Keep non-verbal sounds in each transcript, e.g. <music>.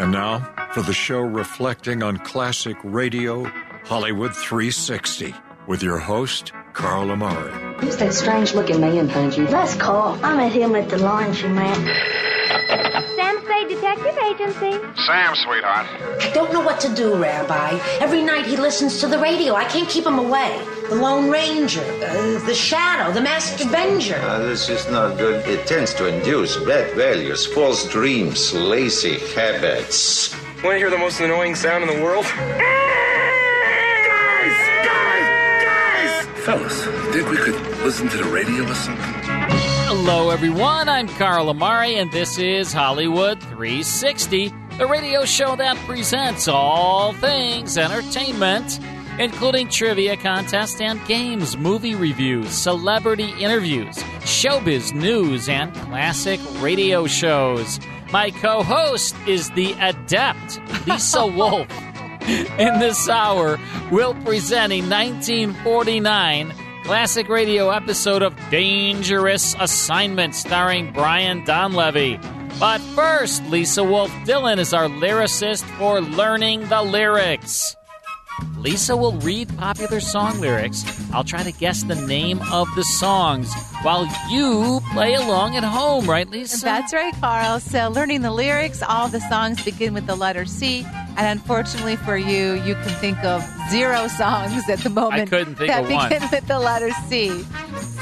And now for the show reflecting on classic radio, Hollywood 360, with your host, Carl Amari. Who's that strange looking man behind you? That's Carl. I met him at the laundry, man. Sam Spade Detective Agency. Sam, sweetheart. I don't know what to do, Rabbi. Every night he listens to the radio. I can't keep him away. The Lone Ranger, uh, the Shadow, the Masked Avenger. Uh, this is not good. It tends to induce bad values, false dreams, lazy habits. Want to hear the most annoying sound in the world? Guys! Guys! Guys! Fellas, you think we could listen to the radio or something? Hello, everyone. I'm Carl Amari, and this is Hollywood 360, the radio show that presents all things entertainment, including trivia contests and games, movie reviews, celebrity interviews, showbiz news, and classic radio shows. My co host is the adept, Lisa Wolf. <laughs> In this hour, we'll present a 1949 classic radio episode of Dangerous Assignment starring Brian Donlevy. But first, Lisa Wolf Dylan is our lyricist for Learning the Lyrics. Lisa will read popular song lyrics. I'll try to guess the name of the songs while you play along at home, right, Lisa? That's right, Carl. So, learning the lyrics, all the songs begin with the letter C. And unfortunately for you, you can think of zero songs at the moment. couldn't think that of one. begin with the letter C.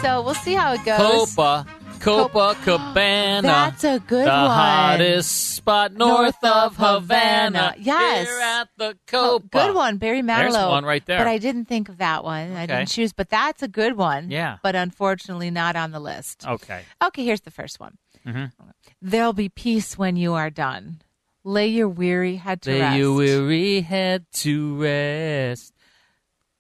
So we'll see how it goes. Copa, Copa Cabana. That's a good the one. hottest spot north, of Havana. Yes. Here at the Oh, Copa. good one, Barry Manilow. There's one right there. But I didn't think of that one. I Okay. didn't choose, but that's a good one. Yeah. Oh. But unfortunately, not on the list. Okay. Okay, here's the first one. Mm-hmm. Oh, There'll be peace when you are done. Lay your weary head to Lay rest. your weary head to rest.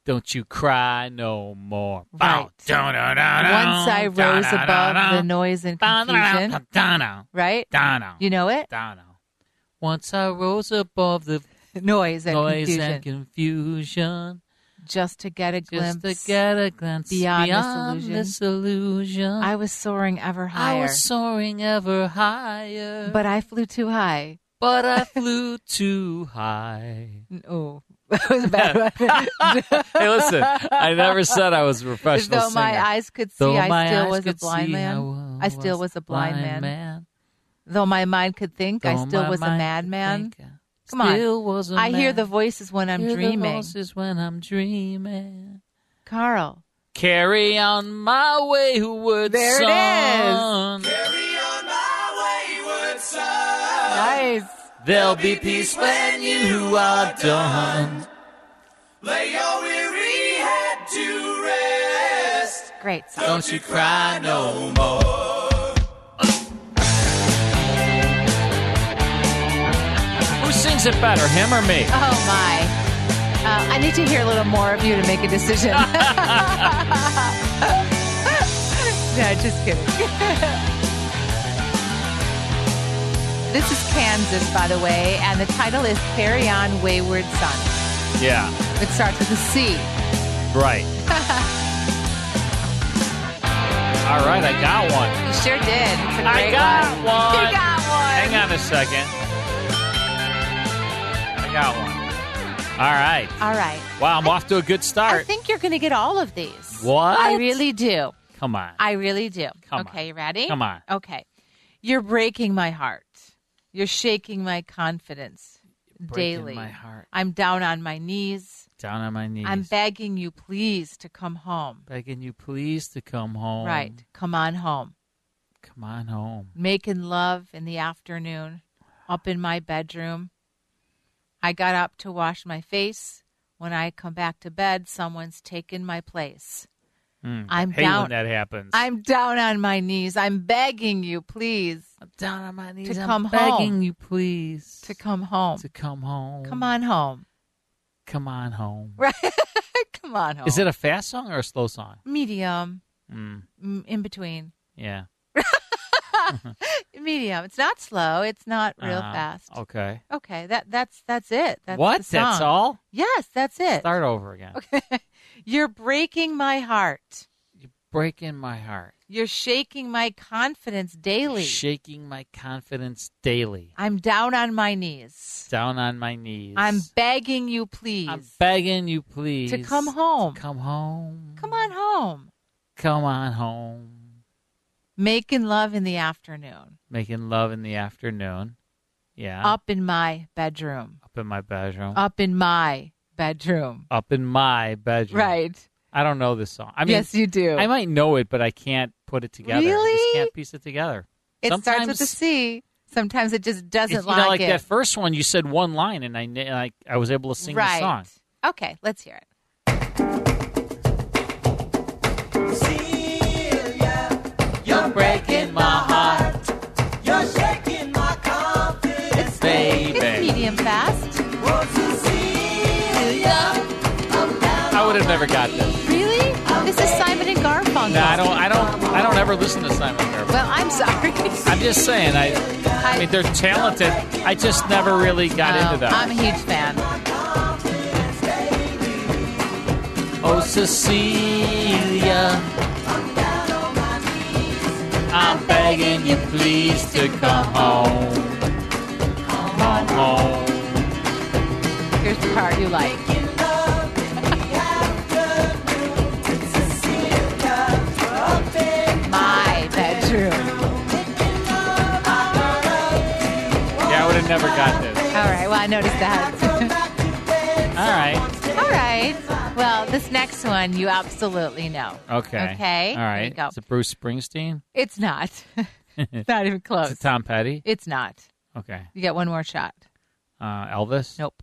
Don't you cry no more. Right. Once Once I I rose above the noise and confusion, Dono. right? Dono. You know it? Dono. Once I rose above the <laughs> Noise and noise confusion. and confusion, just to get a just glimpse. to get a glance Beyond this beyond illusion. this illusion. I was soaring ever I higher, was soaring ever higher, but I flew too high. but I <laughs> flew too high. Oh, <laughs> that was a bad one. <laughs> Hey, listen, I never said I was a professional Though my singer. eyes could see, Though I my still eyes was a could blind see, man. wa- I still was a blind, man. Though my mind could think, Though I still my was a mind could madman. think, I Come on. still was a I hear man. the voices when I'm Hear the dreaming. voices when I'm dreaming. Carl, Carry on my wayward There it son. nice. There'll be peace when you are done. Great. Don't you cry no more. Who sings it better, him or me? Oh my. Uh, I need to hear a little more of you to make <laughs> a decision. <laughs> no, just kidding. <laughs> this is Kansas, by the way, and the title is Carry On Wayward Son. Yeah, It starts with a C. <laughs> right. All right, I got one. You sure did. It's a I great got one. one. You got one. Hang on a second. I got one. All right. All right. Wow, I'm off to a good Uh, I start. think you're going to get all of these. What? I really do. Come on. I really do. Come on. okay, you ready? Come on. Okay. You're breaking my heart. You're shaking my confidence breaking daily. my heart. I'm down on my knees. Down on my knees. I'm begging you, please, to come home. begging you please to come home. Right. Come on home. Come on home. Making love in the afternoon up in my bedroom. I got up to wash my face. When I come back to bed, someone's taken my place. Mm, I'm hate down. when that happens. I'm down on my knees. I'm begging you, please, I'm down on my knees. to I'm come home. begging you please to come home. to come home. Come on home. <laughs> Come on home. Right. Come on home. Is it a fast song or a slow song? medium Mm, m- in between? <gasps> yeah. Medium. It's not slow. It's not real Uh, fast. Okay. Okay. That that's that's it. That's what? the song. That's all? Yes, that's it. Start over again. You're breaking my heart. breaking my heart. You're shaking my confidence daily. Shaking my confidence daily. I'm down on my knees. Down on my knees. I'm begging you, please. I'm begging you, please. To come home. to come home. Come on home. Come on home. Making love in the afternoon. Making love in the afternoon. Yeah. Up in my bedroom. Up in my bedroom. Up in my bedroom. Up in my bedroom. Right. I don't know this song. I mean, yes, you do. I might know it, but I can't put it together. I just Really? can't piece it together. it starts with a C. Sometimes it just doesn't it's, you lock know, like in. that first one, you said one line, and I, kn- I, I was able to sing the right. song. Okay, let's hear it. You're breaking my heart. You're shaking my confidence, It's medium fast. I would have never got this. Really? This is Simon and Garfunkel. No, I don't. I don't. I don't ever listen to Simon Garfunkel. Well, I'm <laughs> sorry. I'm just saying. I. I mean, they're talented. I just never really got No, into them. I'm a huge fan. Oh, Cecilia. I'm begging you, please, to come home. Come home. Here's the part you like. My bedroom. Yeah, I would have never got this. All right. Well, I noticed that. <laughs> All right. All right. Well, this next one you absolutely know. Okay. Okay. All There you right. go. Is it Bruce <laughs> Springsteen? It's not. It's not even Is it close. Tom Petty? It's not. Okay. You get one more shot. Uh, Elvis? Nope.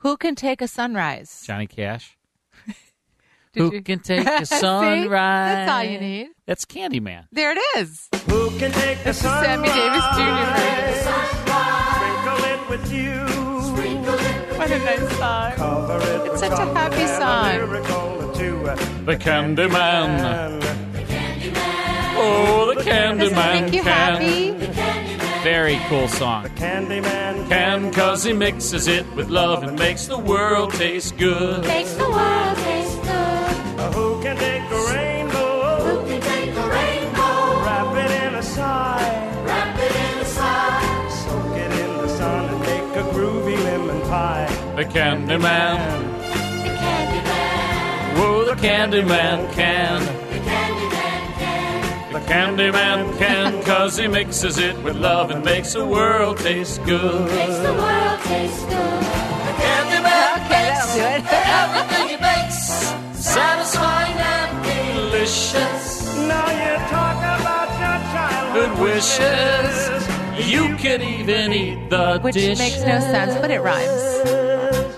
Who can take a sunrise? Johnny Cash? Did Who you- can take a <laughs> See? sunrise? That's all you need. That's Candyman. There it is. Who can take the This is Sammy Davis Jr. sprinkle it with you? What a nice song. Cover it It's such a happy song. The Candyman. Oh, the Doesn't it Candyman. make you happy? Very cool song. Candyman Can cause he mixes it with love and makes the world taste good. Makes the world taste good. Who can take a rainbow? Who can take a rainbow? Wrap it in a sigh. Wrap it in a sigh. Soak it in the sun and make a groovy lemon pie. The Candyman, The Candyman. oh the Candyman can. The Candyman can. The Candyman can cause he mixes it with love and makes the world taste good. Makes the world taste good. Candyman Okay, that'll do it. everything he makes satisfying and delicious. Now you talk about your childhood Good wishes. You can even eat the Which dish. makes no sense, but it rhymes.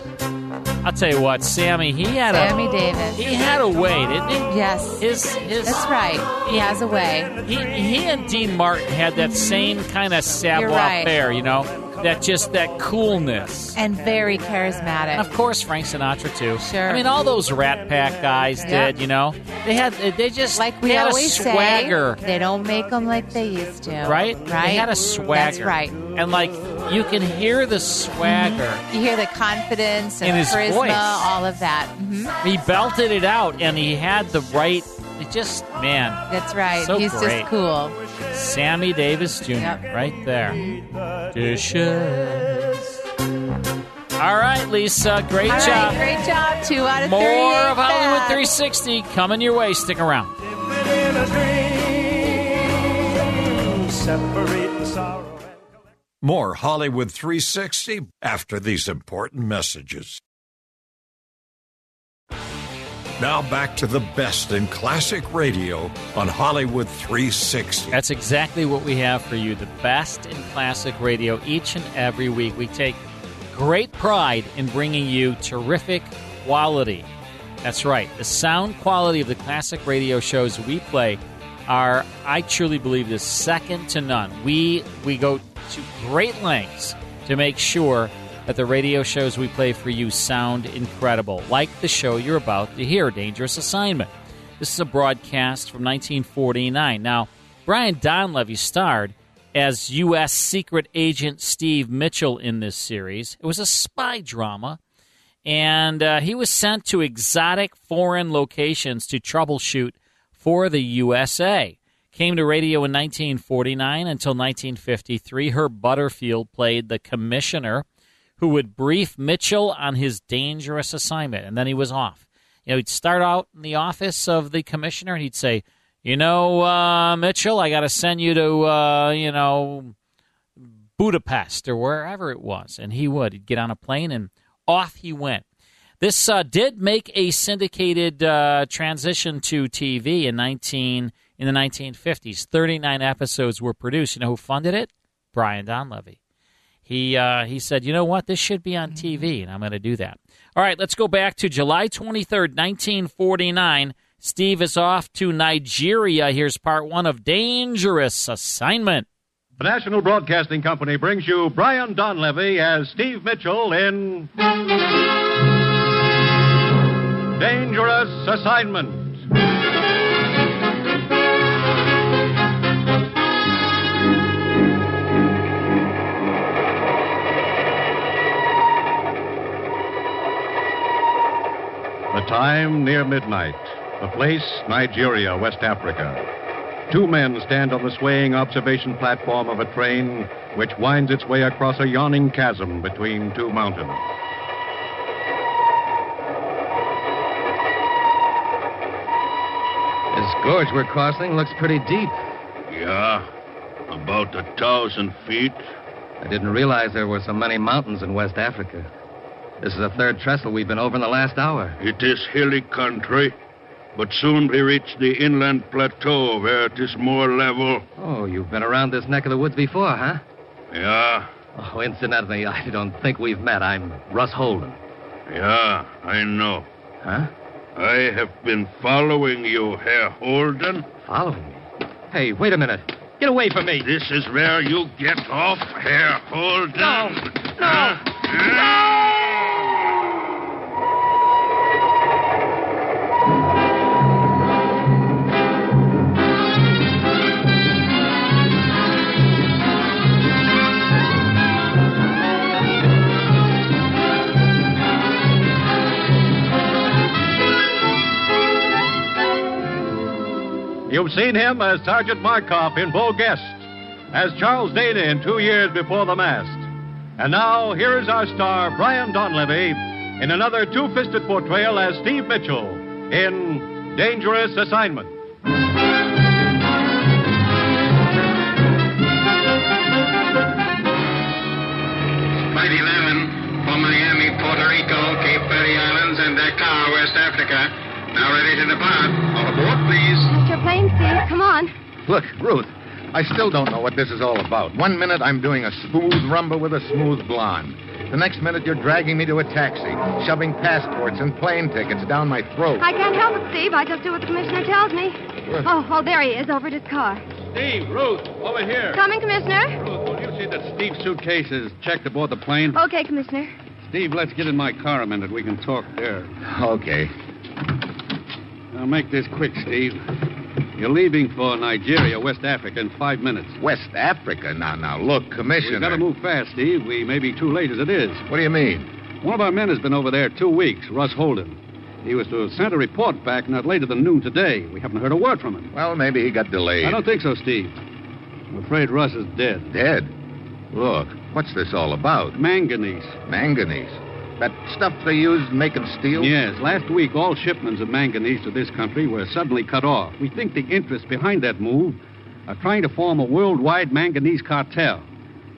I'll tell you what, Sammy, he had Sammy a Davis. he had a way, didn't he? Yes. His his That's right. He has a way. He, he and Dean Martin had that same kind of savoir right. faire, you know, that just that coolness. And very And of charismatic. course, Frank Sinatra too. Sure. I mean, all those Rat Pack guys Yeah. did, you know. They had, they just Like we they had a always swagger, say, they don't make them like they used to. right? Right. They had a swagger, That's right. And like you can hear the swagger. You hear the confidence and In his charisma, voice. all of that. hmm He belted it out, and he had the right. It just man, That's right. So He's great. just cool. Sammy Davis Jr. Yep. right there. Dishes. All right, Lisa, great All job. right, great job. Two out of More three. of Hollywood Bad. 360 coming your way. Stick around. within a dream. Separate the sorrow. and- More Hollywood 360 after these important messages. Now back to the best in classic radio on Hollywood 360. That's exactly what we have for you the best in classic radio each and every week. We take great pride in bringing you terrific quality. That's right. The sound quality of the classic radio shows we play are, I truly believe, is second to none. We we go to great lengths to make sure that the radio shows we play for you sound incredible, like the show you're about to hear, Dangerous Assignment. This is a broadcast from 1949. Now, Brian Donlevy starred as U.S. Secret Agent Steve Mitchell in this series. It was a spy drama and uh, he was sent to exotic foreign locations to troubleshoot for the USA. Came to radio in 1949 until 1953. Herb Butterfield played the commissioner who would brief Mitchell on his dangerous assignment, and then he was off. You know, he'd start out in the office of the commissioner, and he'd say, "You know, uh, Mitchell, I got to send you to, uh, you know, Budapest or wherever it was," and he would. He'd get on a plane, and off he went. This uh, did make a syndicated uh, transition to TV in nineteen in the nineteen fifties. Thirty nine episodes were produced. You know who funded it? Brian Donlevy he uh, he said, "You know what? This should be on TV, and I'm going to do that." All right, let's go back to July 23rd, 1949. Steve is off to Nigeria. Here's part one of Dangerous Assignment. The National Broadcasting Company brings you Brian Donlevy as Steve Mitchell in Dangerous Assignment. The time near midnight. The place, Nigeria, West Africa. Two men stand on the swaying observation platform of a train which winds its way across a yawning chasm between two mountains. This gorge we're crossing looks pretty deep. Yeah, about a thousand feet. I didn't realize there were so many mountains in West Africa. This is the third trestle we've been over in the last hour. It is hilly country, but soon we reach the inland plateau where it is more level. Oh, you've been around this neck of the woods before, huh? Yeah. Oh, incidentally, I don't think we've met. I'm Russ Holden. Yeah, I know. Huh? I have been following you, Herr Holden. Following me? Hey, wait a minute. Get away from me. This is where you get off, Herr Holden. No! No! Uh, no! You've seen him as Sergeant Markov in Bull Guest, as Charles Dana in Two Years Before the Mast. And now, here is our star, Brian Donlevy, in another two fisted portrayal as Steve Mitchell in Dangerous Assignment. Flight 11 for Miami, Puerto Rico, Cape Verde Islands, and Dakar, West Africa. Now ready to depart. All aboard, please. It's your plane, Steve. Come on. Look, Ruth, I still don't know what this is all about. One minute I'm doing a smooth rumba with a smooth blonde. The next minute you're dragging me to a taxi, shoving passports and plane tickets down my throat. I can't help it, Steve. I just do what the commissioner tells me. What? Oh, oh, there he is, over at his car. Steve, Ruth, over here. Coming, Commissioner. Ruth, will you see that Steve's suitcase is checked aboard the plane? Okay, Commissioner. Steve, let's get in my car a minute. We can talk there. Okay. Now make this quick, Steve. You're leaving for Nigeria, West Africa, in five minutes. West Africa? Now, now, look, Commissioner. We've got to move fast, Steve. We may be too late as it is. What do you mean? One of our men has been over there two weeks, Russ Holden. He was to have sent a report back not later than noon today. We haven't heard a word from him. Well, maybe he got delayed. I don't think so, Steve. I'm afraid Russ is dead. Dead? Look, what's this all about? Manganese. Manganese? That stuff they use making steel? Yes. Last week, all shipments of manganese to this country were suddenly cut off. We think the interests behind that move are trying to form a worldwide manganese cartel.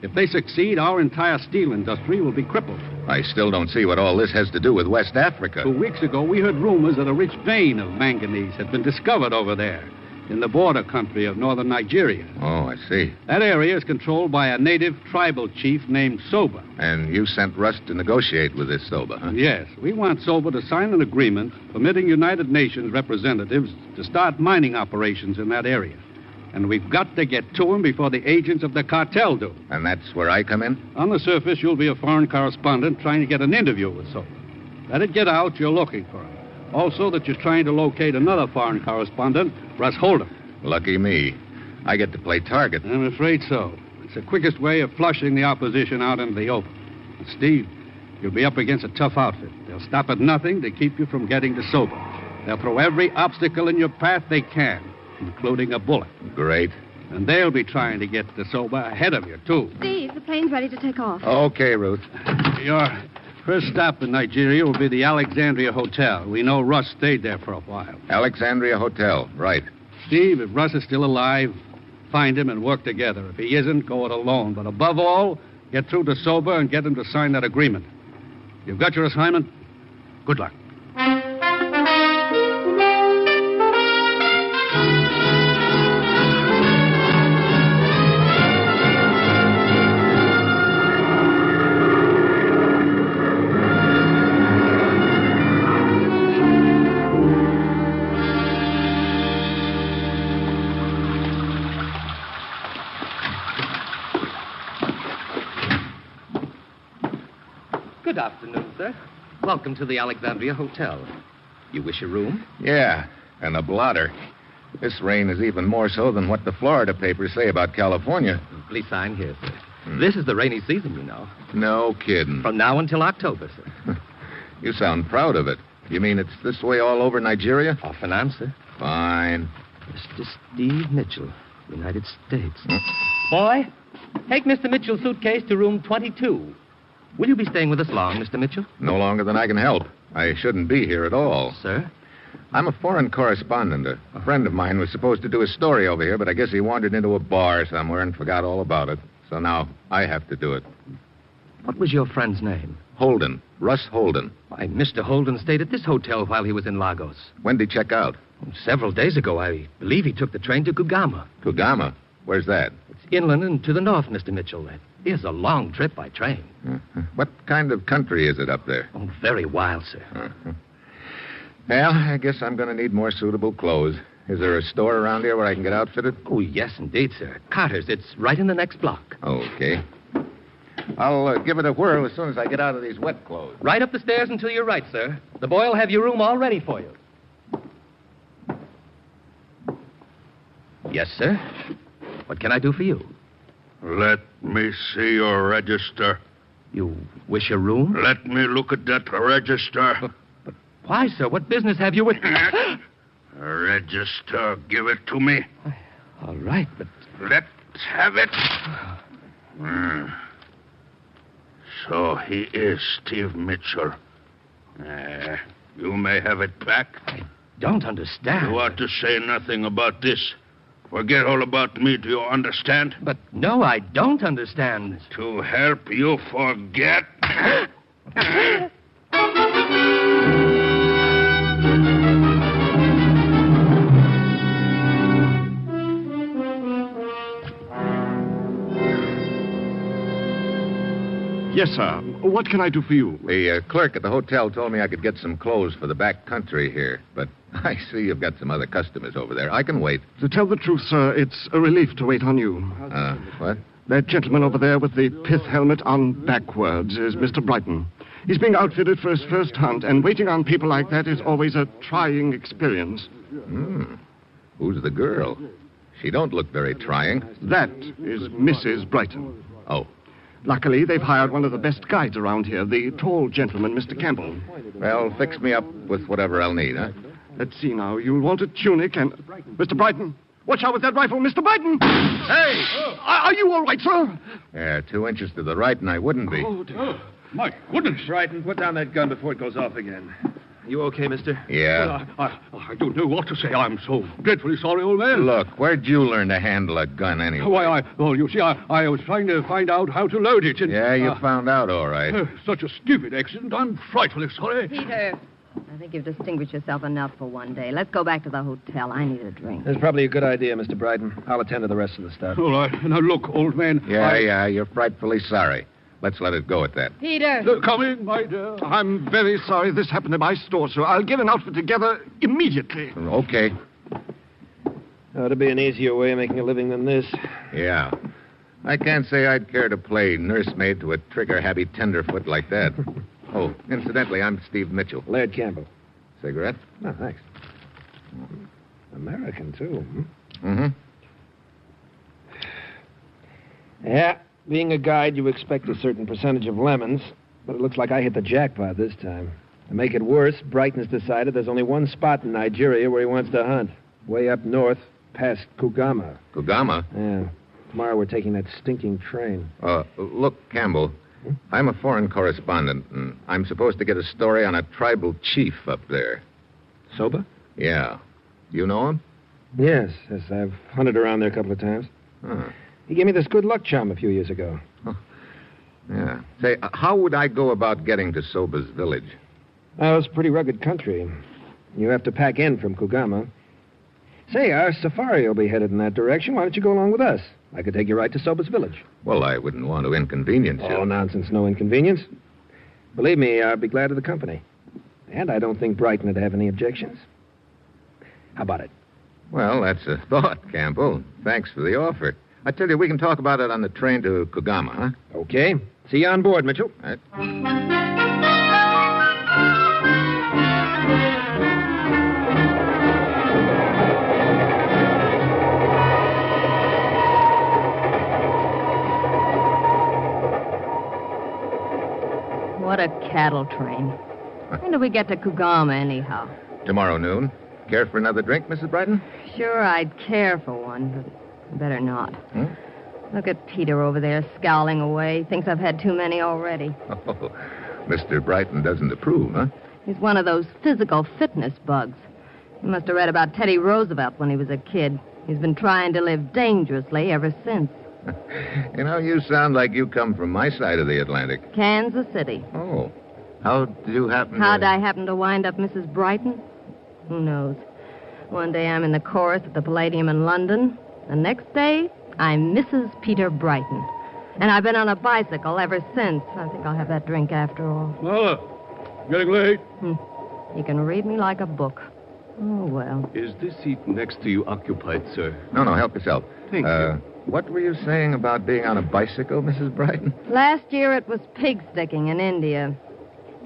If they succeed, our entire steel industry will be crippled. I still don't see what all this has to do with West Africa. Two weeks ago, we heard rumors that a rich vein of manganese had been discovered over there in the border country of northern Nigeria. Oh, I see. That area is controlled by a native tribal chief named Soba. And you sent Russ to negotiate with this Soba, huh? Yes. We want Soba to sign an agreement permitting United Nations representatives to start mining operations in that area. And we've got to get to him before the agents of the cartel do. And that's where I come in? On the surface, you'll be a foreign correspondent trying to get an interview with Soba. Let it get out you're looking for him. Also, that you're trying to locate another foreign correspondent, Russ Holden. Lucky me. I get to play target. I'm afraid so. It's the quickest way of flushing the opposition out into the open. And Steve, you'll be up against a tough outfit. They'll stop at nothing to keep you from getting to sober. They'll throw every obstacle in your path they can, including a bullet. Great. And they'll be trying to get the soba ahead of you, too. Steve, the plane's ready to take off. Okay, Ruth. Your first stop in Nigeria will be the Alexandria Hotel. We know Russ stayed there for a while. Alexandria Hotel, right. Steve, if Russ is still alive, find him and work together. If he isn't, go it alone. But above all, get through to Sober and get him to sign that agreement. You've got your assignment. Good luck. Good afternoon, sir. Welcome to the Alexandria Hotel. You wish a room? Yeah, and a blotter. This rain is even more so than what the Florida papers say about California. Please sign here, sir. Hmm. This is the rainy season, you know. No kidding. From now until October, sir. <laughs> You sound proud of it. You mean it's this way all over Nigeria? Off and on, sir. Fine. Mr. Steve Mitchell, United States. Mm. Boy, take Mr. Mitchell's suitcase to room 22. Will you be staying with us long, Mr. Mitchell? No longer than I can help. I shouldn't be here at all. Sir? I'm a foreign correspondent. A friend of mine was supposed to do a story over here, but I guess he wandered into a bar somewhere and forgot all about it. So now I have to do it. What was your friend's name? Holden. Russ Holden. Why, Mr. Holden stayed at this hotel while he was in Lagos. When did he check out? Several days ago, I believe he took the train to Kugama. Kugama. Where's that? It's inland and to the north, Mr. Mitchell. That is a long trip by train. Mm-hmm. What kind of country is it up there? Mm-hmm. Oh, very wild, sir. Well, I guess I'm going to need more suitable clothes. Is there a store around here where I can get outfitted? Oh, yes, indeed, sir. Carter's. It's right in the next block. Okay. I'll uh, give it a whirl as soon as I get out of these wet clothes. Right up the stairs until you're right, sir. The boy'll have your room all ready for you. Yes, sir. What can I do for you? Let me see your register. You wish a room? Let me look at that register. Why, sir? What business <laughs> have you with? <laughs> register, give it to me. all right, but Let's have it. Hmm. So he is Steve Mitchell. Eh, you may have it back. don't understand. You ought to say nothing about this. Forget all about me, do you understand? But no, I don't understand. To help you <gasps> forget. Yes, sir. What can I do for you? The uh, clerk at the hotel told me I could get some clothes for the back country here, but <laughs> I see you've got some other customers over there. I can wait. To tell the truth, sir, it's a relief to wait on you. Uh, what? That gentleman over there with the pith helmet on backwards is Mr. Brighton. He's being outfitted for his first hunt, and waiting on people like that is always a trying experience. Hmm. Who's the girl? She don't look very trying. That is Mrs. Brighton. Oh, Luckily, they've hired one of the best guides around here, the tall gentleman, Mr. Campbell. well, fix me up with whatever I'll need, huh? Let's see now. You'll want a tunic and. Mr. Brighton! Watch out with that rifle, Mr. Brighton! Hey! Are are you all right, sir? Yeah, Uh, two inches to the right, and I wouldn't be. Oh, My goodness. Brighton, put down that gun before it goes off again. You okay, mister? Yeah. I, I don't know what to say. I'm so dreadfully sorry, old man. Look, where'd you learn to handle a gun anyway? Why, I. Well, you see, I, I was trying to find out how to load it, and. Yeah, you uh, found out all right. uh, such a stupid accident. I'm frightfully sorry. Peter, I think you've distinguished yourself enough for one day. Let's go back to the hotel. I need a drink. That's probably a good idea, Mr. Brighton. I'll attend to the rest of the stuff. All right. Now, look, old man. Yeah, I- yeah, you're frightfully sorry. Let's let it go at that. Peter! Look, Come in, my dear. I'm very sorry this happened in my store, so I'll get an outfit together immediately. Okay. Ought to be an easier way of making a living than this. Yeah. I can't say I'd care to play nursemaid to a trigger happy tenderfoot <laughs> like that. Oh, incidentally, I'm Steve Mitchell. Laird Campbell. Cigarette? Oh, thanks. American, too. hmm? Mm-hmm. Yeah, being a guide, you expect a certain percentage of lemons, but it looks like I hit the jackpot this time. To make it worse, Brighton's decided there's only one spot in Nigeria where he wants to hunt. Way up north, past Kugama. Kugama? Yeah. Tomorrow we're taking that stinking train. Uh, look, Campbell, I'm a foreign correspondent, and I'm supposed to get a story on a tribal chief up there. Soba? Yeah. You know him? Yes, yes, I've hunted around there a couple of times. Huh. He gave me this good luck charm a few years ago. <laughs> Yeah. Say, uh, how would I go about getting to Soba's village? Oh, it's pretty rugged country. You have to pack in from Kugama. Say, our safari will be headed in that direction. Why don't you go along with us? I could take you right to Soba's village. Well, I wouldn't want to inconvenience you. Oh, nonsense, no inconvenience. Believe me, I'd be glad of the company. And I don't think Brighton would have any objections. How about it? Well, that's a thought, Campbell. Thanks for the offer. I tell you, we can talk about it on the train to Kugama, huh? Uh, Okay. See you on board, Mitchell. What a cattle train. When do we get to Kugama, anyhow? Tomorrow noon. Care for another drink, Mrs. Brighton? <laughs> Sure, I'd care for one, but better not. Hmm? Look at Peter over there scowling away. Thinks I've had too many already. Oh, Mr. Brighton doesn't approve, huh? He's one of those physical fitness bugs. You must have read about Teddy Roosevelt when he was a kid. He's been trying to live dangerously ever since. You know, you sound like you come from my side of the Atlantic. Kansas City. Oh. How do you happen to- How'd I happen to wind up Mrs. Brighton? Who knows? One day I'm in the chorus at the Palladium in London. The next day, I'm Mrs. Peter Brighton. And I've been on a bicycle ever since. I think I'll have that drink after all. Lola, uh, getting late. You can read me like a book. Oh, well. Is this seat next to you occupied, sir? No, no, help yourself. Thank uh, What were you saying about being on a bicycle, Mrs. Brighton? <laughs> Last year it was pig sticking in India.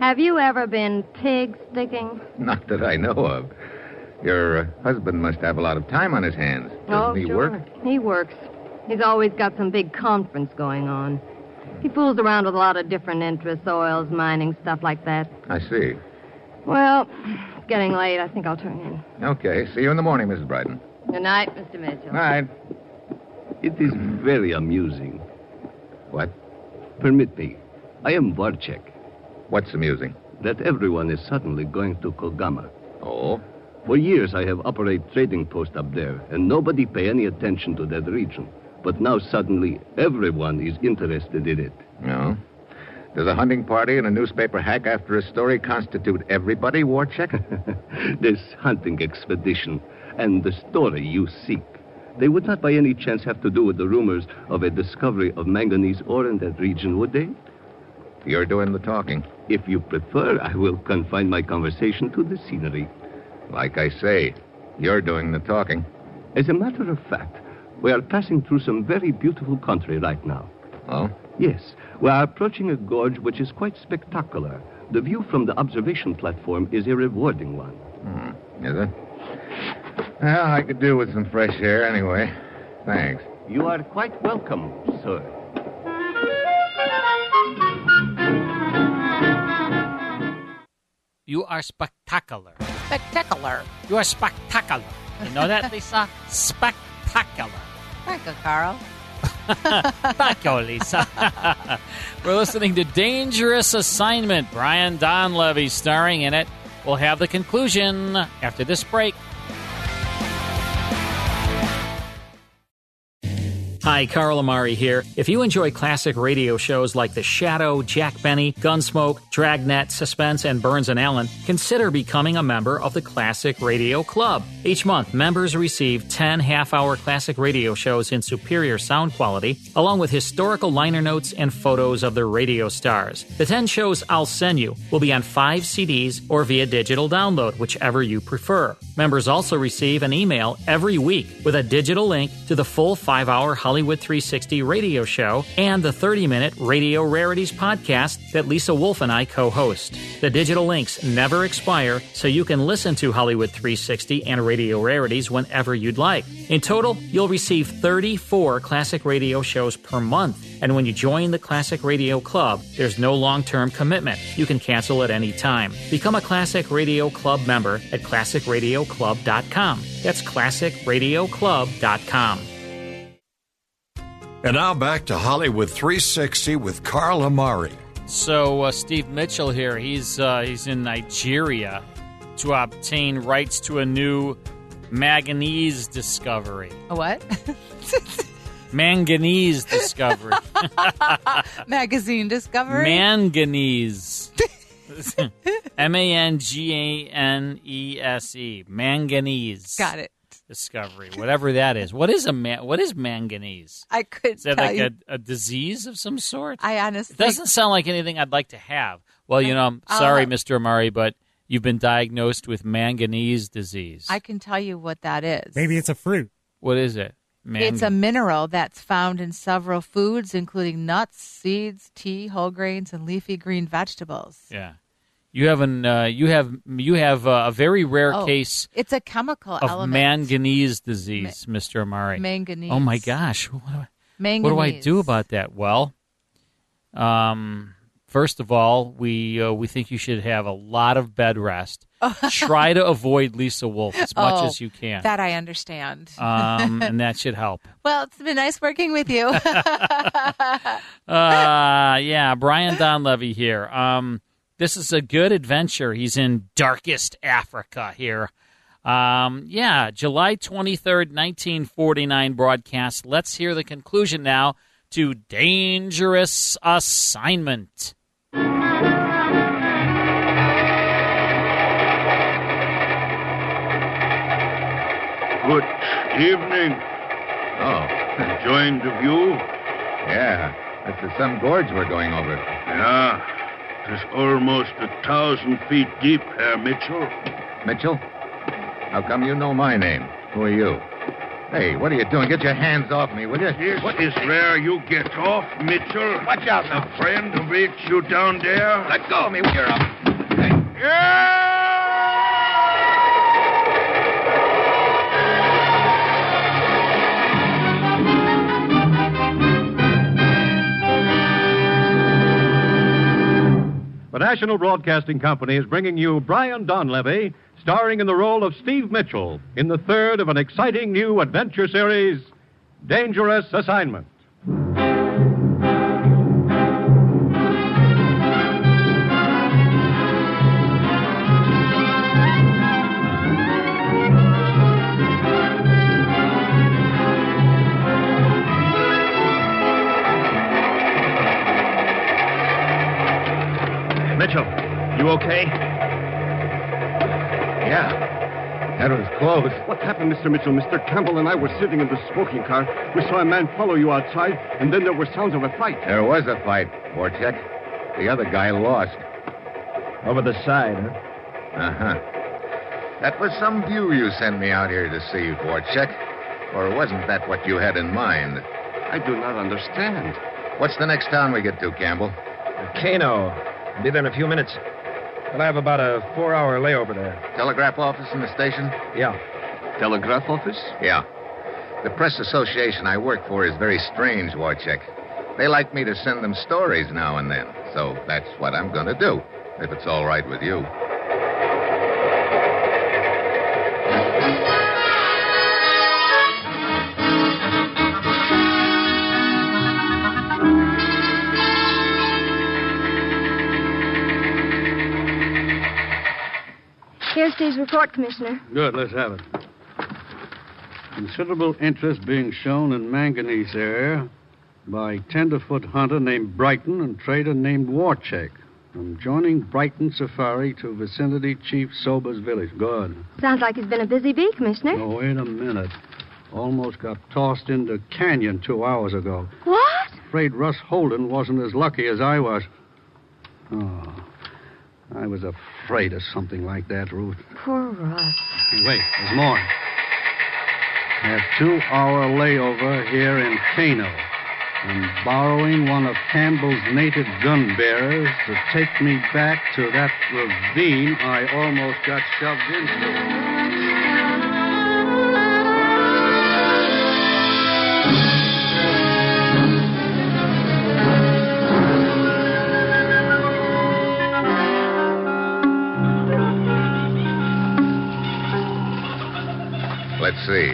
Have you ever been pig sticking? Not that I know of. Your uh, husband must have a lot of time on his hands. Doesn't oh, he sure. work? He works. He's always got some big conference going on. He fools around with a lot of different interests, oils, mining, stuff like that. I see. Well, it's getting late. I think I'll turn in. Okay, see you in the morning, Mrs. Brighton. Good night, Mr. Mitchell. right. It is very amusing. What? Permit me. I am Varchek. What's amusing? That everyone is suddenly going to Kogama. Oh? For years I have operated trading post up there, and nobody pay any attention to that region. But now suddenly everyone is interested in it. No. Does a hunting party and a newspaper hack after a story constitute everybody, Warchek? <laughs> This hunting expedition and the story you seek. They would not by any chance have to do with the rumors of a discovery of manganese ore in that region, would they? You're doing the talking. If you prefer, I will confine my conversation to the scenery. Like I say, you're doing the talking. As a matter of fact, we are passing through some very beautiful country right now. Oh? Yes, we are approaching a gorge which is quite spectacular. The view from the observation platform is a rewarding one. Hmm. Is it? Well, I could do with some fresh air anyway. Thanks. You are quite welcome, sir. You are spectacular. Spectacular. You are spectacular. You know <laughs> <laughs> that, Lisa? spectacular. Thank you, Carl. Thank you, Lisa. <laughs> We're listening to Dangerous Assignment. Brian Donlevy starring in it. We'll have the conclusion after this break. Hi, Carl Amari here. If you enjoy classic radio shows like The Shadow, Jack Benny, Gunsmoke, Dragnet, Suspense, and Burns and Allen, consider becoming a member of the Classic Radio Club. Each month, members receive 10 half hour classic radio shows in superior sound quality, along with historical liner notes and photos of their radio stars. The 10 shows I'll send you will be on five CDs or via digital download, whichever you prefer. Members also receive an email every week with a digital link to the full five hour Hollywood 360 radio show and the 30 minute Radio Rarities podcast that Lisa Wolf and I co host. The digital links never expire, so you can listen to Hollywood 360 and Radio Rarities whenever you'd like. In total, you'll receive 34 classic radio shows per month. And when you join the Classic Radio Club, there's no long term commitment. You can cancel at any time. Become a Classic Radio Club member at classicradioclub.com. That's classicradioclub.com. And now back to Hollywood 360 with Carl Amari. So uh, Steve Mitchell here, he's uh, he's in Nigeria to obtain rights to a new manganese discovery. A What? <laughs> Manganese discovery. <laughs> Magazine Discovery? manganese. <laughs> M A N G A N E S E. Manganese. Got it. Discovery, whatever that is. What is a man? What is manganese? I could Is that tell like you. a, a disease <laughs> of some sort? I honestly. It doesn't sound like anything I'd like to have. Well, you know, I'm Uh, sorry, Mr. Amari, but you've been diagnosed with manganese disease. I can tell you what that is. Maybe it's a fruit. What is it? It's a mineral that's found in several foods, including nuts, seeds, tea, whole grains, and leafy green vegetables. yeah. You have an uh, you have you have uh, a very rare Oh, case It's a chemical of element. manganese disease, Mr. Amari. Manganese. Oh my gosh, what do I, manganese. what do I do about that? Well, um, first of all, we uh, we think you should have a lot of bed <laughs> rest. Try to avoid Lisa Wolf as much Oh, as you can. That I understand. <laughs> um, and that should help. well, it's been nice working with you. <laughs> Uh, yeah, Brian Donlevy here. Um, this is a good adventure. He's in darkest Africa here. Um, yeah, July 23rd, 1949 broadcast. Let's hear the conclusion now to Dangerous Assignment. Good evening. <laughs> Oh. Enjoying the view? Yeah. This is some gorge we're going over. Yeah. It is almost a thousand feet deep, Herr Mitchell. Mitchell? How come you know my name? Who are you? Hey, what are you doing? Get your hands off me, will you? This is where you get off, Mitchell. Watch out now. A friend of it, you down there. Let go of me. You're up. The National Broadcasting Company is bringing you Brian Donlevy, starring in the role of Steve Mitchell in the third of an exciting new adventure series, Dangerous Assignment. Mitchell, you okay? Yeah. That was close. What happened, Mr. Mitchell? Mr. Campbell and I were sitting in the smoking car. We saw a man follow you outside, and then there were sounds of a fight. There was a fight, Vorchek. The other guy lost. Over the side, huh? Uh huh. Uh-huh. That was some view you sent me out here to see, Vorchek. Or wasn't that what you had in mind? I do not understand. What's the next town we get to, Campbell? Kano. Be there in a few minutes. I'll have about a four hour layover there. Telegraph office in the station? Yeah. Telegraph office? Yeah. The press association I work for is very strange, Warchek. They like me to send them stories now and then, so that's what I'm going to do, if it's all right with you. Here's Steve's report, Commissioner. Good, let's have it. Considerable interest being shown in manganese area by tenderfoot hunter named Brighton and trader named Warchek. I'm joining Brighton Safari to vicinity Chief Sober's village. Good. Sounds like he's been a busy bee, Commissioner. Oh, wait a minute. Almost got tossed into canyon two hours ago. What? Afraid Russ Holden wasn't as lucky as I was. Oh, I was afraid of something like that, Ruth. Poor Russ. Hey, wait, there's more. a two hour layover here in Kano and borrowing one of Campbell's native gun bearers to take me back to that ravine I almost got shoved into. Let's see.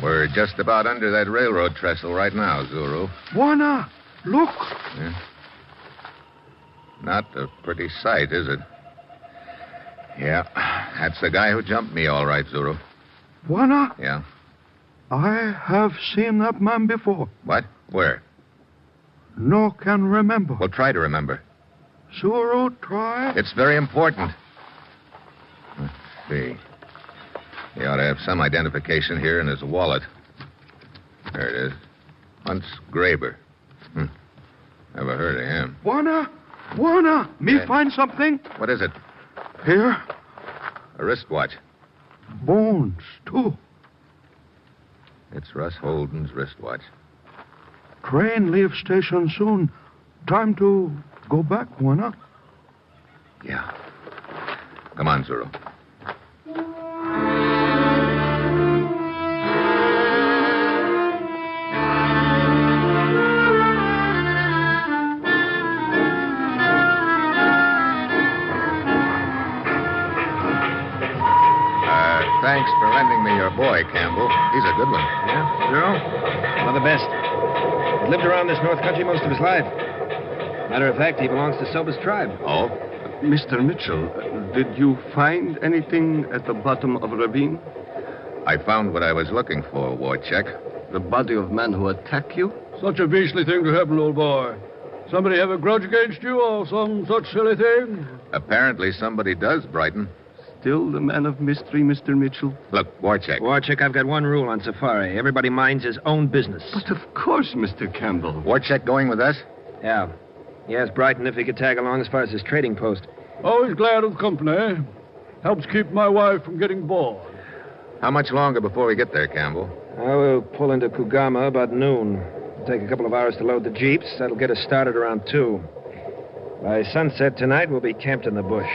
We're just about under that railroad trestle right now, Zuru. Juana, look. Yeah. Not a pretty sight, is it? Yeah, that's the guy who jumped me, all right, Zuru. Juana, Yeah. I have seen that man before. What? Where? No can remember. Well, try to remember. Zuru, try. It's very important. Let's see. He ought to have some identification here in his wallet. There it is. Hunts Graber. Hmm. Never heard of him. Juana, Juana, me Yeah. find something? What is it? Here, A wristwatch. bones, too. It's Russ Holden's wristwatch. Train leave station soon. Time to go back, Juana. Yeah. Come on, Uh, Zuru. Uh, thanks for lending me your boy, Campbell. He's a good one. Yeah? Zero? One of the best. He's lived around this North Country most of his life. Matter of fact, he belongs to Soba's tribe. Oh? Mr. Mitchell, uh, did you find anything at the bottom of ravine? I found what I was looking for, Warchek. The body of man who attacked you? Such a beastly thing to happen, old boy. Somebody have a grudge against you or some such silly thing? Apparently somebody does, Brighton. Still the man of mystery, Mr. Mitchell? Look, Warchek. Warchek, I've got one rule on safari. Everybody minds his own business. But of course, Mr. Campbell. Warchek going with us? Yeah. He asked Brighton if he could tag along as far as his trading post. Always glad of company. Helps keep my wife from getting bored. How much longer before we get there, Campbell? I will pull into Kugama about noon. It'll take a couple of hours to load the jeeps. That'll get us started around two. By sunset tonight, we'll be camped in the bush.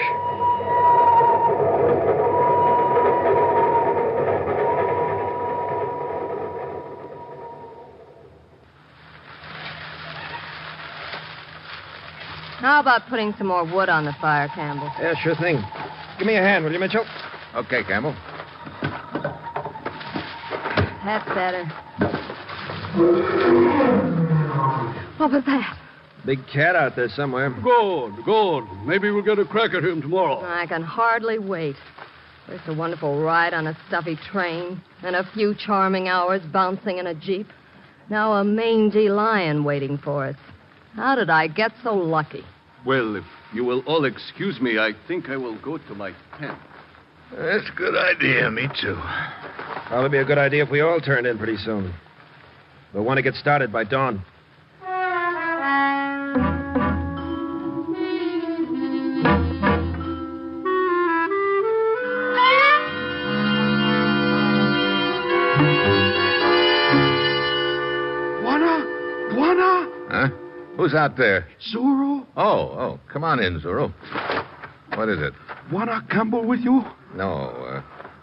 How about putting some more wood on the fire, Campbell? Yeah, sure thing. Uh, Give me a hand, will you, Mitchell? Okay, Campbell. That's better. What was that? Big cat out there somewhere. Good, good. Maybe we'll get a crack at him tomorrow. Oh. I can hardly wait. First a wonderful ride on a stuffy train, and a few charming hours bouncing in a jeep. Now a mangy lion waiting for us. How did I get so lucky? Well, if you will all excuse me, I think I will go to my tent. That's a good idea, me too. Probably be a good idea if we all turned in pretty soon. We'll want to get started by dawn. Juana, Juana, Huh? Who's out there? Zuru, Oh, oh, come on in, Zuru. What is it? Juana Campbell with you? No, uh,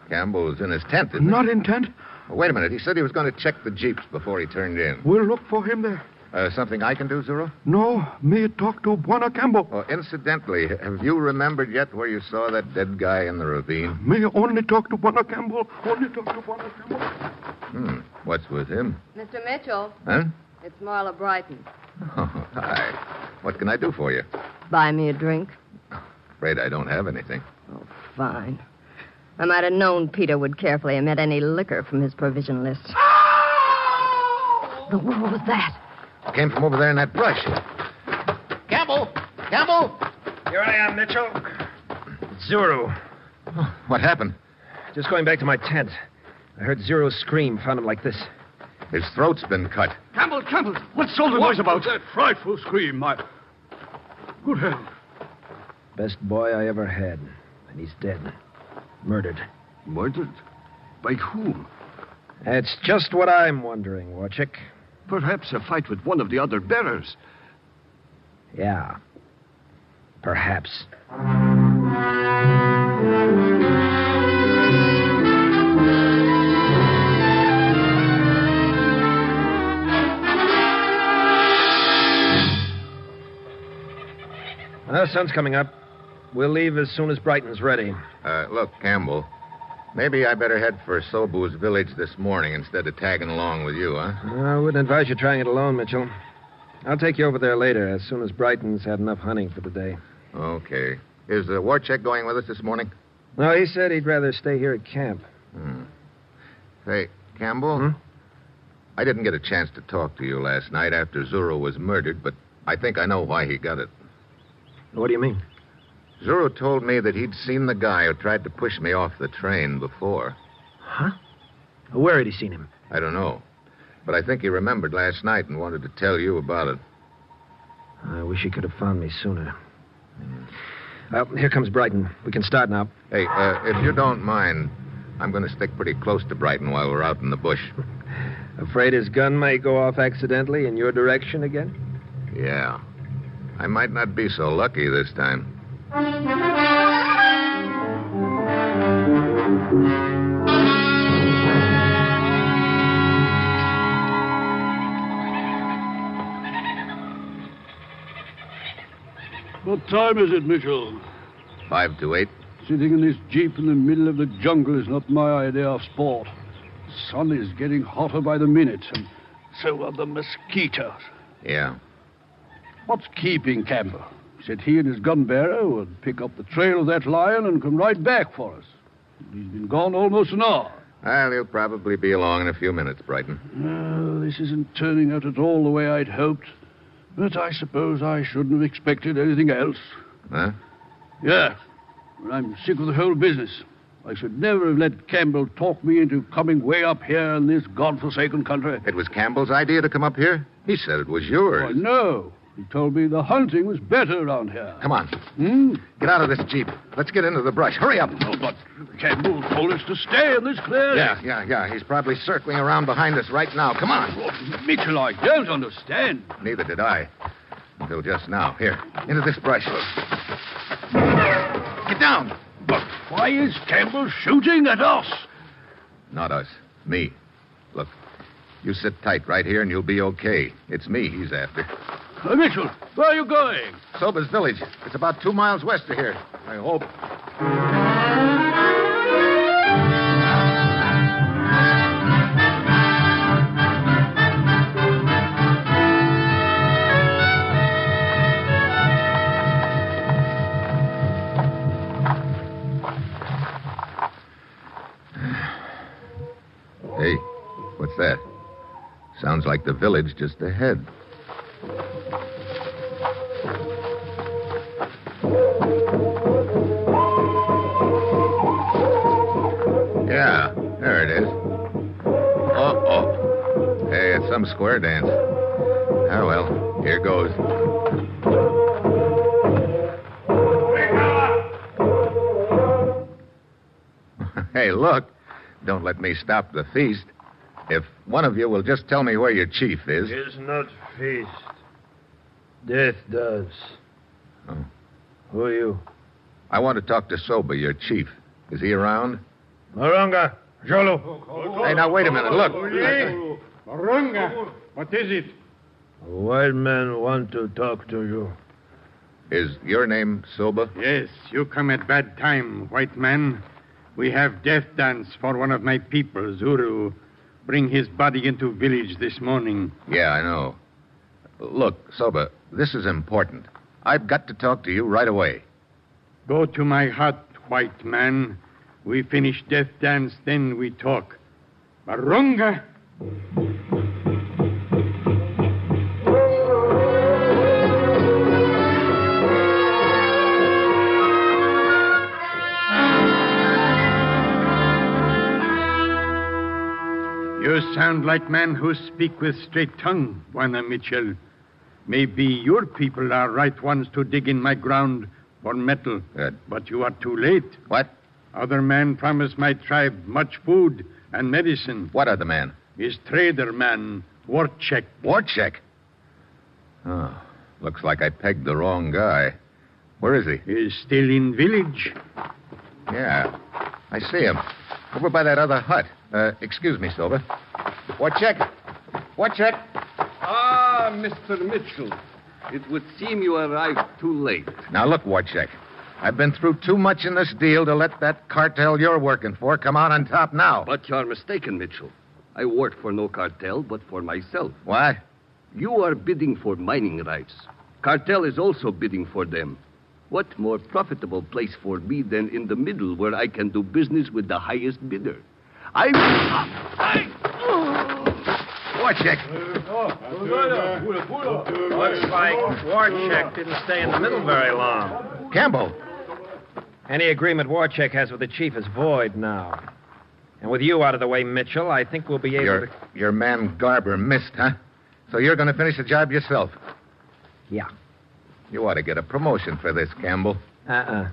Campbell's in his tent. Isn't Not intent. he? Wait a minute. He said he was going to check the jeeps before he turned in. We'll look for him there. Uh, something I can do, Zuru? No, me talk to Juana Campbell. Oh, incidentally, have you remembered yet where you saw that dead guy in the ravine? Me only talk to Juana Campbell. Only talk to Juana Campbell. Hmm. What's with him? Mr. Mitchell, Huh? it's Marla Brighton. Oh, <laughs> hi. What can I do for you? Buy me a drink. Afraid I don't have anything. Fine. I might have known Peter would carefully omit any liquor from his provision list. the what was that? Ah! Came from over there in that brush. Campbell! Campbell! Here I am, Mitchell. Zuru. What happened? Just going back to my tent. I heard Zero scream, found him like this. His throat's been cut. Campbell, Campbell, what's all the what noise about? was That frightful scream. I. Good heavens. Best boy I ever had. And he's dead. Murdered. Murdered? By whom? That's just what I'm wondering, Warchick. Perhaps a fight with one of the other bearers. Yeah. Perhaps. The sun's coming up. We'll leave as soon as Brighton's ready. Uh, look, Campbell. Maybe I better head for Sobu's village this morning instead of tagging along with you, huh? I wouldn't advise you trying it alone, Mitchell. I'll take you over there later, as soon as Brighton's had enough hunting for the day. Okay. Is uh, Warchek going with us this morning? No, he said he'd rather stay here at camp. Hmm? Hmm. Hey, Campbell? I didn't get a chance to talk to you last night after Zuro was murdered, but I think I know why he got it. What do you mean? Zuru told me that he'd seen the guy who tried to push me off the train before. Huh? Where had he seen him? I don't know. But I think he remembered last night and wanted to tell you about it. I wish he could have found me sooner. Well, here comes Brighton. We can start now. Hey, uh, if you don't mind, I'm going to stick pretty close to Brighton while we're out in the bush. Afraid his gun might go off accidentally in your direction again? Yeah. I might not be so lucky this time. What time is it, Mitchell? Five to eight. Sitting in this jeep in the middle of the jungle is not my idea of sport. The sun is getting hotter by the minute, and so are the mosquitoes. Yeah. What's keeping Campbell? Said he and his gun bearer would pick up the trail of that lion and come right back for us. He's been gone almost an hour. Well, he'll probably be along in a few minutes, Brighton. Well, this isn't turning out at all the way I'd hoped. But I suppose I shouldn't have expected anything else. Huh? Yeah. Well, I'm sick of the whole business. I should never have let Campbell talk me into coming way up here in this godforsaken country. It was Campbell's idea to come up here? He said it was Why, yours. no. He told me the hunting was better around here. Come on. Hmm? Get out of this Jeep. Let's get into the brush. Hurry up. Oh, but Campbell told us to stay in this clearing. Yeah, yeah, yeah. He's probably circling around behind us right now. Come on. Oh, Mitchell, I don't understand. Neither did I. Until just now. Here, into this brush. Get down. But why is Campbell shooting at us? Not us. Me. Look, you sit tight right here and you'll be okay. It's me he's after. Uh, Mitchell, where are you going? Soba's village. It's about two miles west of here. I hope. Hey, what's that? Sounds like the village just ahead. Yeah, there it is. Uh oh. Hey, it's some square dance. Ah, well, here goes. <laughs> hey, look. Don't let me stop the feast. If one of you will just tell me where your chief is. It's not feast. Death does. Oh. Who are you? I want to talk to Soba, your chief. Is he around? Maranga, Jolo. Hey, now wait a minute. Look. Maranga, what is it? A wild man want to talk to you. Is your name Soba? Yes. You come at bad time, white man. We have death dance for one of my people, Zuru. Bring his body into village this morning. Yeah, I know. Look, Soba, this is important. I've got to talk to you right away. Go to my hut, white man. We finish death dance, then we talk. Barunga! You sound like men who speak with straight tongue, Buana Mitchell. Maybe your people are right ones to dig in my ground for metal. But you are too late. What? Other men promised my tribe much food and medicine. What other man? Is trader man, Warchek. Warchek? Oh, looks like I pegged the wrong guy. Where is he? He's still in village. Yeah, I see him. Over by that other hut. Uh, excuse me, Silver. Warchek? Warchek? Ah, Mr. Mitchell. It would seem you arrived too late. Now look, Warchek. I've been through too much in this deal to let that cartel you're working for come out on top now. But you're mistaken, Mitchell. I work for no cartel, but for myself. Why? You are bidding for mining rights. Cartel is also bidding for them. What more profitable place for me than in the middle where I can do business with the highest bidder? I. I... Warchek. Looks like Warchek didn't stay in the middle very long. Campbell. Any agreement Warchek has with the chief is void now. And with you out of the way, Mitchell, I think we'll be able Your, to. your man Garber missed, huh? So you're going to finish the job yourself. Yeah. You ought to get a promotion for this, Campbell. Uh uh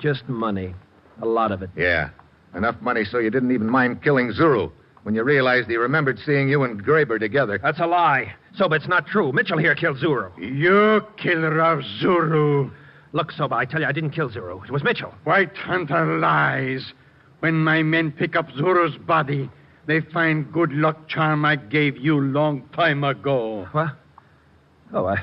Just money. A lot of it. Yeah. Enough money so you didn't even mind killing Zuru when you realized he remembered seeing you and Graber together. That's a lie. Soba, it's not true. Mitchell here killed Zuru. You killer of Zuru. Look, Soba, I tell you, I didn't kill Zuru. It was Mitchell. White Hunter lies. When my men pick up Zuru's body, they find good luck charm I gave you long time ago. What? Oh, I.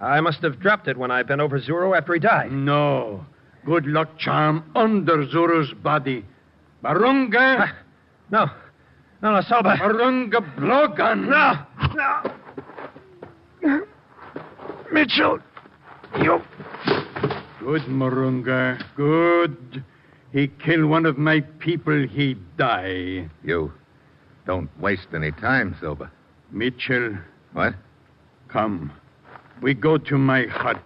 I must have dropped it when I bent over Zuru after he died. No. Good luck charm under Zuru's body. Barunga. Ah, no. No, no, Soba. Barunga blowgun. No. Mitchell. You. Good, Marunga. Good. He kill one of my people, he die. You don't waste any time, Silva. Mitchell. What? Come. We go to my hut.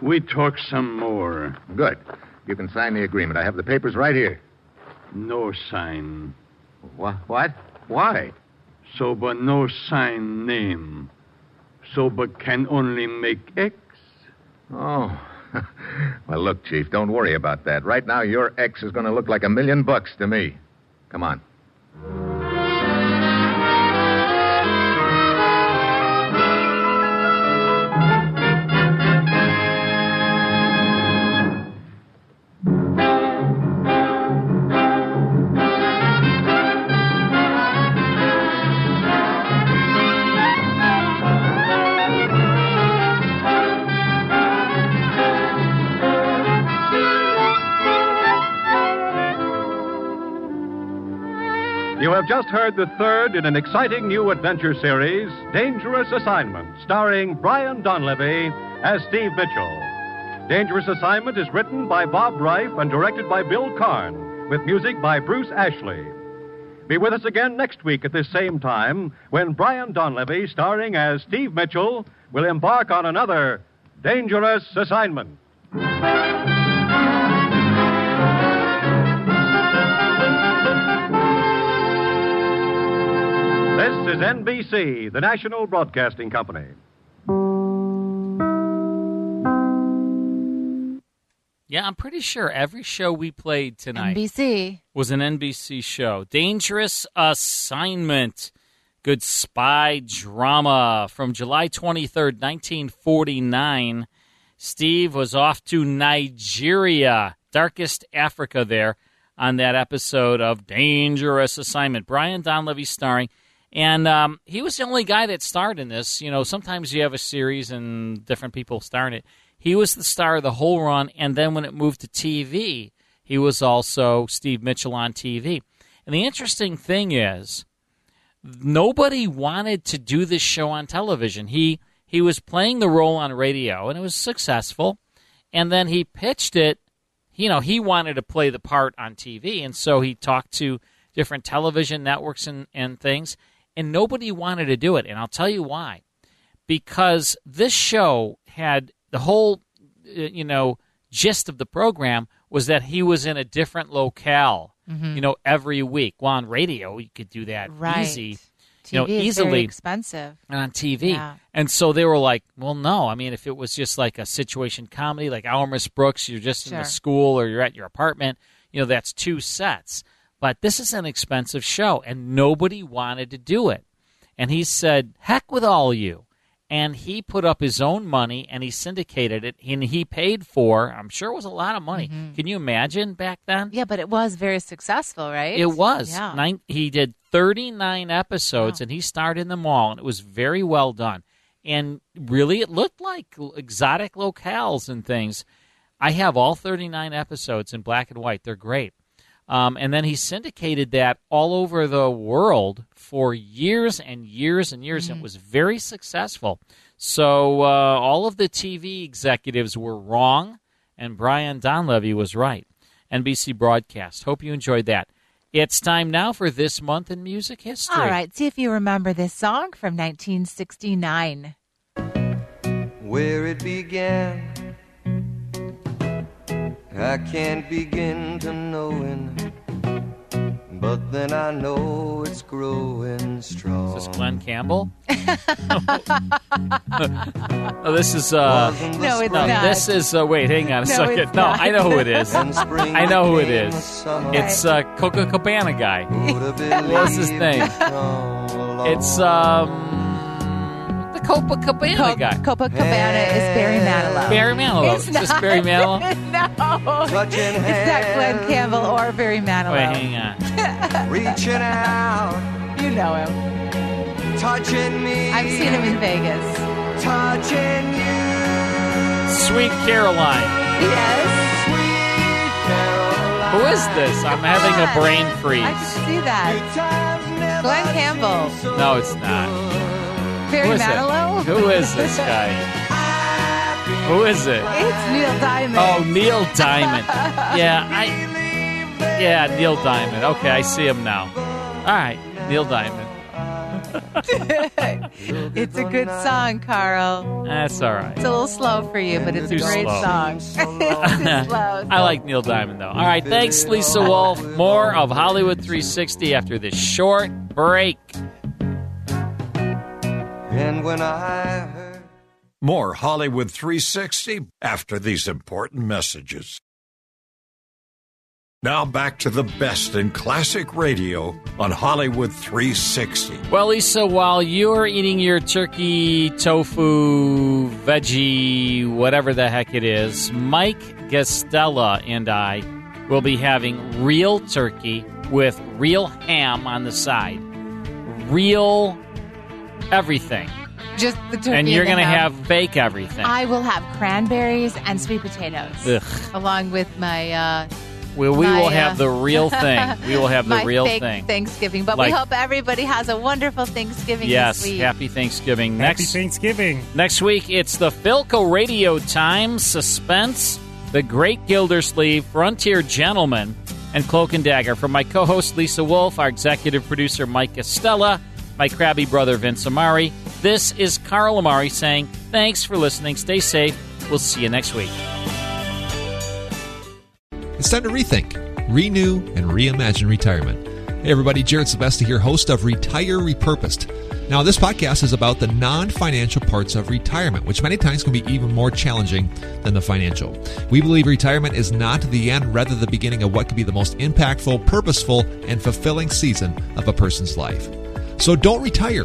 We talk some more. Good. You can sign the agreement. I have the papers right here. No sign. What? What? Why? Soba no sign name. Soba can only make X. Oh. <laughs> Well, look, Chief, don't worry about that. Right now, your ex is going to look like a million bucks to me. Come on. You have just heard the third in an exciting new adventure series, Dangerous Assignment, starring Brian Donlevy as Steve Mitchell. Dangerous Assignment is written by Bob Reif and directed by Bill Karn, with music by Bruce Ashley. Be with us again next week at this same time when Brian Donlevy, starring as Steve Mitchell, will embark on another Dangerous Assignment. This is NBC, the national broadcasting company. Yeah, I'm pretty sure every show we played <laughs> tonight NBC. was an NBC show. Dangerous Assignment. Good spy drama from July 23rd, 1949. Steve was off to Nigeria, darkest Africa there, on that episode of Dangerous Assignment. Brian Donlevy starring. And um, he was the only guy that starred in this. You know, sometimes you have a series and different people star in it. He was the star of the whole run. And then when it moved to TV, he was also Steve Mitchell on TV. And the interesting thing is, nobody wanted to do this show on television. He he was playing the role on radio and it was successful. And then he pitched it, you know, he wanted to play the part on TV and so he talked to different television networks and, and things and nobody wanted to do it. And I'll tell you why. Because this show had the whole uh, you know gist of the program was that he was in a different locale Mhm. you know every week well on radio you could do that Right. easy TV you know is very easily expensive. on TV. Yeah. And so they were like, well, no. I mean, if it was just like a situation comedy, like Almus Brooks, you're just in the Sure. school or you're at your apartment, you know, that's two sets. But this is an expensive show, and nobody wanted to do it. And he said, heck with all you. And he put up his own money and he syndicated it and he paid for, I'm sure it was a lot of money. Mm-hmm. Can you imagine back then? Yeah, but it was very successful, right? It was. Yeah. Nine, he did 39 episodes and he starred in them all, and it was very well done. And really, it looked like l- exotic locales and things. I have all 39 episodes in black and white, they're great. Um, and then he syndicated that all over the world for years and years and years. Mm-hmm. It was very successful. So uh, all of the TV executives were wrong, and Brian Donlevy was right. NBC broadcast. Hope you enjoyed that. It's time now for this month in music history. All right, see if you remember this song from 1969. where it began. I can't begin to knowing, but then I know it's growing strong. Is this Glenn Campbell? Oh, this is uh No, it's not. this is uh, wait, hang on a No, second. it's no, not. I know who <laughs> it is. When spring I know who it became is. the summer. It's uh Coca Cabana guy. What's his name? It's um the Copacabana guy. Copacabana is Barry Manilow. Barry Manilow. It's Is this not- <laughs> Barry Manilow? no. it's not Glenn Campbell or Barry Manilow. Wait, hang on. Reaching out. You know him. Touching me. I've seen him in Vegas. Touching Sweet Caroline. Yes. Who is this? I'm having a brain I freeze. can see that. Glenn Campbell. No, it's not. Barry Who is it? Manilow? Who is this guy? Who is it? It's Neil Diamond. Oh, Neil Diamond. Yeah, I. Yeah, Neil Diamond. Okay, I see him now. All right, Neil Diamond. <laughs> it's a good song, Carl. That's all right. It's a little slow for you, but it's a Too great <laughs> slow. song. <laughs> It's too <laughs> slow. I like Neil Diamond, though. All right, thanks, Lisa Wolf. More of Hollywood 360 after this short break. And when I heard. More Hollywood 360 after these important messages. Now back to the best in classic radio on Hollywood 360. Well, Lisa, while you're eating your turkey, tofu, veggie, whatever the heck it is, Mike Gastella and I will be having real turkey with real ham on the side, real everything. Just the turkey. and you're in the gonna house. have bake everything. I will have cranberries and sweet potatoes, Ugh. along with my. Uh, Well, we my, will uh, have the <laughs> real thing. We will have the my real fake thing. Thanksgiving, but Like- we hope everybody has a wonderful Thanksgiving Yes, this week. happy Thanksgiving. Happy next, Thanksgiving. Next week, it's the Philco Radio Time, Suspense, The Great Gildersleeve, Frontier Gentleman, and Cloak and Dagger. From my co host Lisa Wolf, our executive producer Mike Estella, my crabby brother Vince Amari, this is Carl Amari saying thanks for listening. Stay safe. We'll see you next week. It's time to rethink, renew, and reimagine retirement. Hey, everybody, Jared Sebesta here, host of Retire Repurposed. Now, this podcast is about the non financial parts of retirement, which many times can be even more challenging than the financial. We believe retirement is not the end, rather, the beginning of what could be the most impactful, purposeful, and fulfilling season of a person's life. So don't retire,